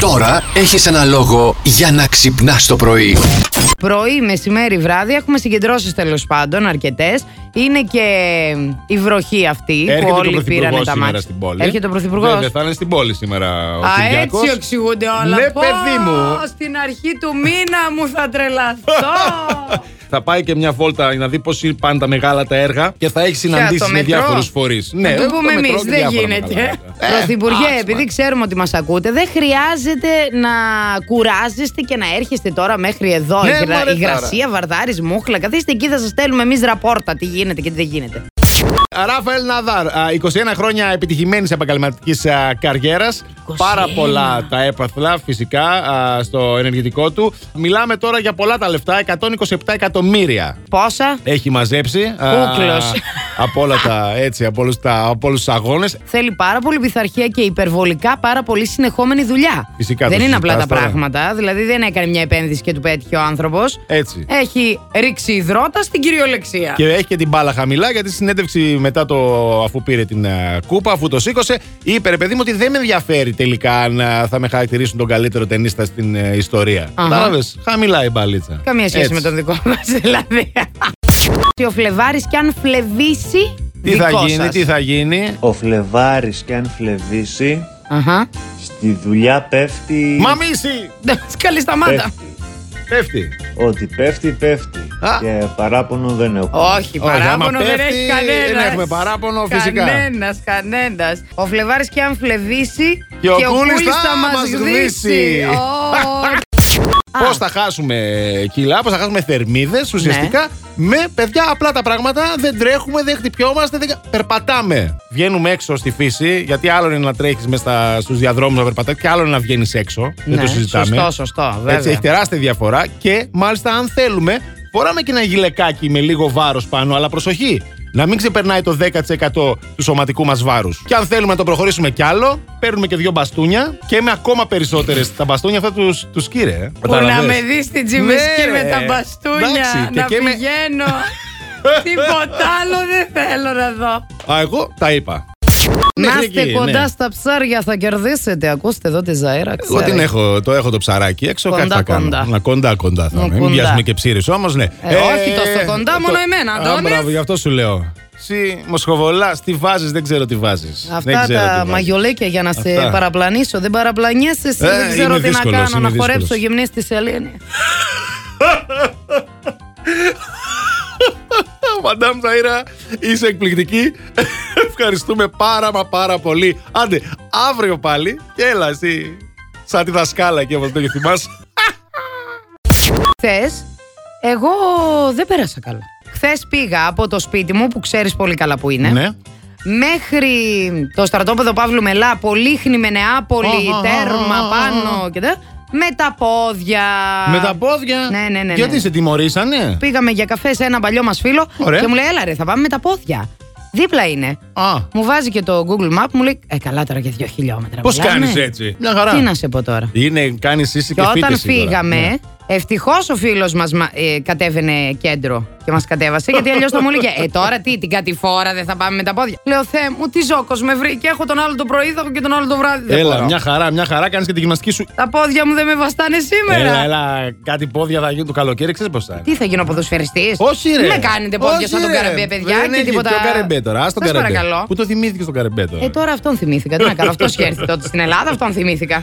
Τώρα έχεις ένα λόγο για να ξυπνάς το πρωί. Πρωί, μεσημέρι, βράδυ έχουμε συγκεντρώσεις τέλος πάντων αρκετές. Είναι και η βροχή αυτή Έρχεται που και ο όλοι Πρωθυπουργός πήρανε τα σήμερα μάτια. στην πόλη. Έρχεται ο Πρωθυπουργός. Βέβαια, θα είναι στην πόλη σήμερα ο Α, Κυριάκος. έτσι εξηγούνται όλα. Ναι, Πω, παιδί μου. Στην αρχή του μήνα μου θα τρελαθώ. Θα πάει και μια βόλτα να δει πώς πάνε τα μεγάλα τα έργα και θα έχει συναντήσει με μετρό? διάφορους φορείς. ναι, το πούμε εμεί, δεν γίνεται. Ε, Πρωθυπουργέ, άξμα. επειδή ξέρουμε ότι μας ακούτε, δεν χρειάζεται να κουράζεστε και να έρχεστε τώρα μέχρι εδώ. Ναι, Η γρα- μωρέ, η γρασία, βαρδάρης, μούχλα. Καθίστε εκεί, θα σας στέλνουμε εμείς ραπόρτα τι γίνεται και τι δεν γίνεται. Ράφαελ Ναδάρ, α, 21 χρόνια επιτυχημένης επαγγελματικής καριέρα. 21. Πάρα πολλά τα έπαθλα φυσικά α, στο ενεργητικό του. Μιλάμε τώρα για πολλά τα λεφτά, 127 εκατομμύρια. Πόσα. Έχει μαζέψει. α, Κούκλος. Από όλα τα έτσι, από όλους τα- από όλους τους αγώνες. Θέλει πάρα πολύ πειθαρχία και υπερβολικά πάρα πολύ συνεχόμενη δουλειά. Φυσικά, δεν το είναι απλά τα συζητάς τώρα. πράγματα. Δηλαδή δεν έκανε μια επένδυση και του πέτυχε ο άνθρωπος. Έτσι. Έχει ρίξει υδρότα στην κυριολεξία. Και έχει και την μπάλα χαμηλά γιατί στη συνέντευξη μετά το αφού πήρε την ε, κούπα, αφού το σήκωσε, είπε ρε παιδί μου ότι δεν με ενδιαφέρει τελικά αν ε, θα με χαρακτηρίσουν τον καλύτερο ταινίστα στην ε, ιστορία. Αχα. Κατάλαβες. Χαμηλά η μπαλίτσα. Καμία σχέση Έτσι. με τον δικό μας, δηλαδή. ο Φλεβάρης κι αν φλεβήσει. Τι θα γίνει, τι θα γίνει. Ο Φλεβάρης και αν φλεβήσει, Αχα. στη δουλειά πέφτει... Μαμίση! Καλή Ε. σταμάτα. Πέφτει. Πέφτει. Ότι πέφτει, πέφτει. Α. Και παράπονο δεν έχω. Όχι, Όχι, άμα παράπονο δεν πέφτει, έχει δεν κανένας. έχουμε παράπονο, φυσικά. Κανένας, κανένας. Ο Φλεβάρης κι αν φλεβήσει. Και ο Κούλης Κούλης θα μας μας γδύσει. γδύσει. Ω, Πώς θα χάσουμε κιλά, πώς θα χάσουμε θερμίδες Ναι. ουσιαστικά με παιδιά απλά τα πράγματα. Δεν τρέχουμε, δεν χτυπιόμαστε, δεν... περπατάμε. Βγαίνουμε έξω στη φύση, γιατί άλλο είναι να τρέχεις μέσα στους διαδρόμους να περπατάς και άλλο είναι να βγαίνεις έξω. Ναι, δεν το συζητάμε. Σωστό, σωστό. Βέβαια. Έτσι, έχει τεράστια διαφορά και μάλιστα αν θέλουμε, φοράμε και ένα γυλεκάκι με λίγο βάρος πάνω, αλλά προσοχή. Να μην ξεπερνάει το 10% του σωματικού μας βάρους. Και αν θέλουμε να το προχωρήσουμε κι άλλο, παίρνουμε και δύο μπαστούνια και με ακόμα περισσότερες. τα μπαστούνια αυτά τους τους κύριε. ε. Που να Καταλαβες. με δεις στην Ναι, τσιμισκή ρε. με τα μπαστούνια. Εντάξει, και να και με- πηγαίνω. Τίποτα άλλο δεν θέλω να δω. Α, εγώ τα είπα. Να Μέχρι είστε εκεί, ναι. κοντά στα ψάρια, θα κερδίσετε. Ακούστε εδώ τη Ζαέρα. Εγώ ξέρω. την έχω, το έχω το ψαράκι έξω. Κοντά, κάτι θα κάνω. κοντά. Να κοντά κοντά θα Να είμαι. Μην κοντά. βιάζουμε και ψήρες όμως, ναι. Ε, όχι τόσο κοντά, μόνο εμένα, Α, Αντώνης. Μπράβο, γι' αυτό σου λέω. Συ μοσχοβολά, τι βάζεις, δεν ξέρω τι βάζεις. Αυτά τα μαγιολέκια για να σε Ναι, Αυτά. παραπλανήσω. Δεν παραπλανιέσαι, εσύ, Ε, δεν ξέρω είναι τι δύσκολος, να κάνω. είναι Να δύσκολος. χορέψω γυμνή στη Σελήνη. Μαντάμ Ζαήρα, είσαι εκπληκτική. Ευχαριστούμε πάρα μα πάρα πολύ. Άντε, αύριο πάλι και έλα εσύ. Σαν τη δασκάλα και όπως το και θυμάσαι. Χθες, εγώ δεν πέρασα καλά. Χθες πήγα από το σπίτι μου, που ξέρεις πολύ καλά που είναι, Ναι. μέχρι το στρατόπεδο Παύλου Μελά, Πολύχνη με Νεάπολη, Α, α, τέρμα α, α, α. πάνω και τα. Με τα πόδια. Με τα πόδια. Ναι, ναι, ναι, ναι. Γιατί σε τιμωρήσανε. Πήγαμε για καφέ σε ένα παλιό μας φίλο Ωραία. και μου λέει: Έλα, ρε, θα πάμε με τα πόδια. Δίπλα είναι. Α, Μου βάζει και το Google Map, μου λέει: Ε, καλά τώρα και δύο χιλιόμετρα. Πώς μιλάμε». κάνεις έτσι? Μια χαρά. Τι να σε πω τώρα. Είναι, κάνεις ίση Και και όταν φίτηση τώρα. φύγαμε, Ναι. ευτυχώς ο φίλος μας ε, κατέβαινε κέντρο και μας κατέβασε, γιατί αλλιώς θα μου έλεγε: Ε, τώρα τι, την κατηφόρα δεν θα πάμε με τα πόδια. Λέω: Θεέ μου, τι ζόκο με βρήκε. Έχω τον άλλο το πρωί, θα έχω και τον άλλο το βράδυ. Δεν Έλα, μπορώ. μια χαρά, μια χαρά. Κάνεις και τη γυμναστική σου. Τα πόδια μου δεν με βαστάνε σήμερα. Έλα, έλα, κάτι πόδια θα γίνουν το καλοκαίρι, ξέρεις πώς θα είναι. Τι θα γίνω ποδοσφαιριστής. Όχι, ρε. Τι με κάνετε πόδια Όχι, σαν τον ρε. καραμπέ, παιδιά. Δεν και έχει τίποτα. πιο καρεμπέ τώρα. Ας τον Σας καρεμπέ. παρακαλώ. Που το θυμήθηκε στον καρεμπέ τώρα. Ε, τώρα αυτόν θυμήθηκα. Τι να κάνω, αυτός έρθει τότε στην Ελλάδα, αυτόν θυμήθηκα.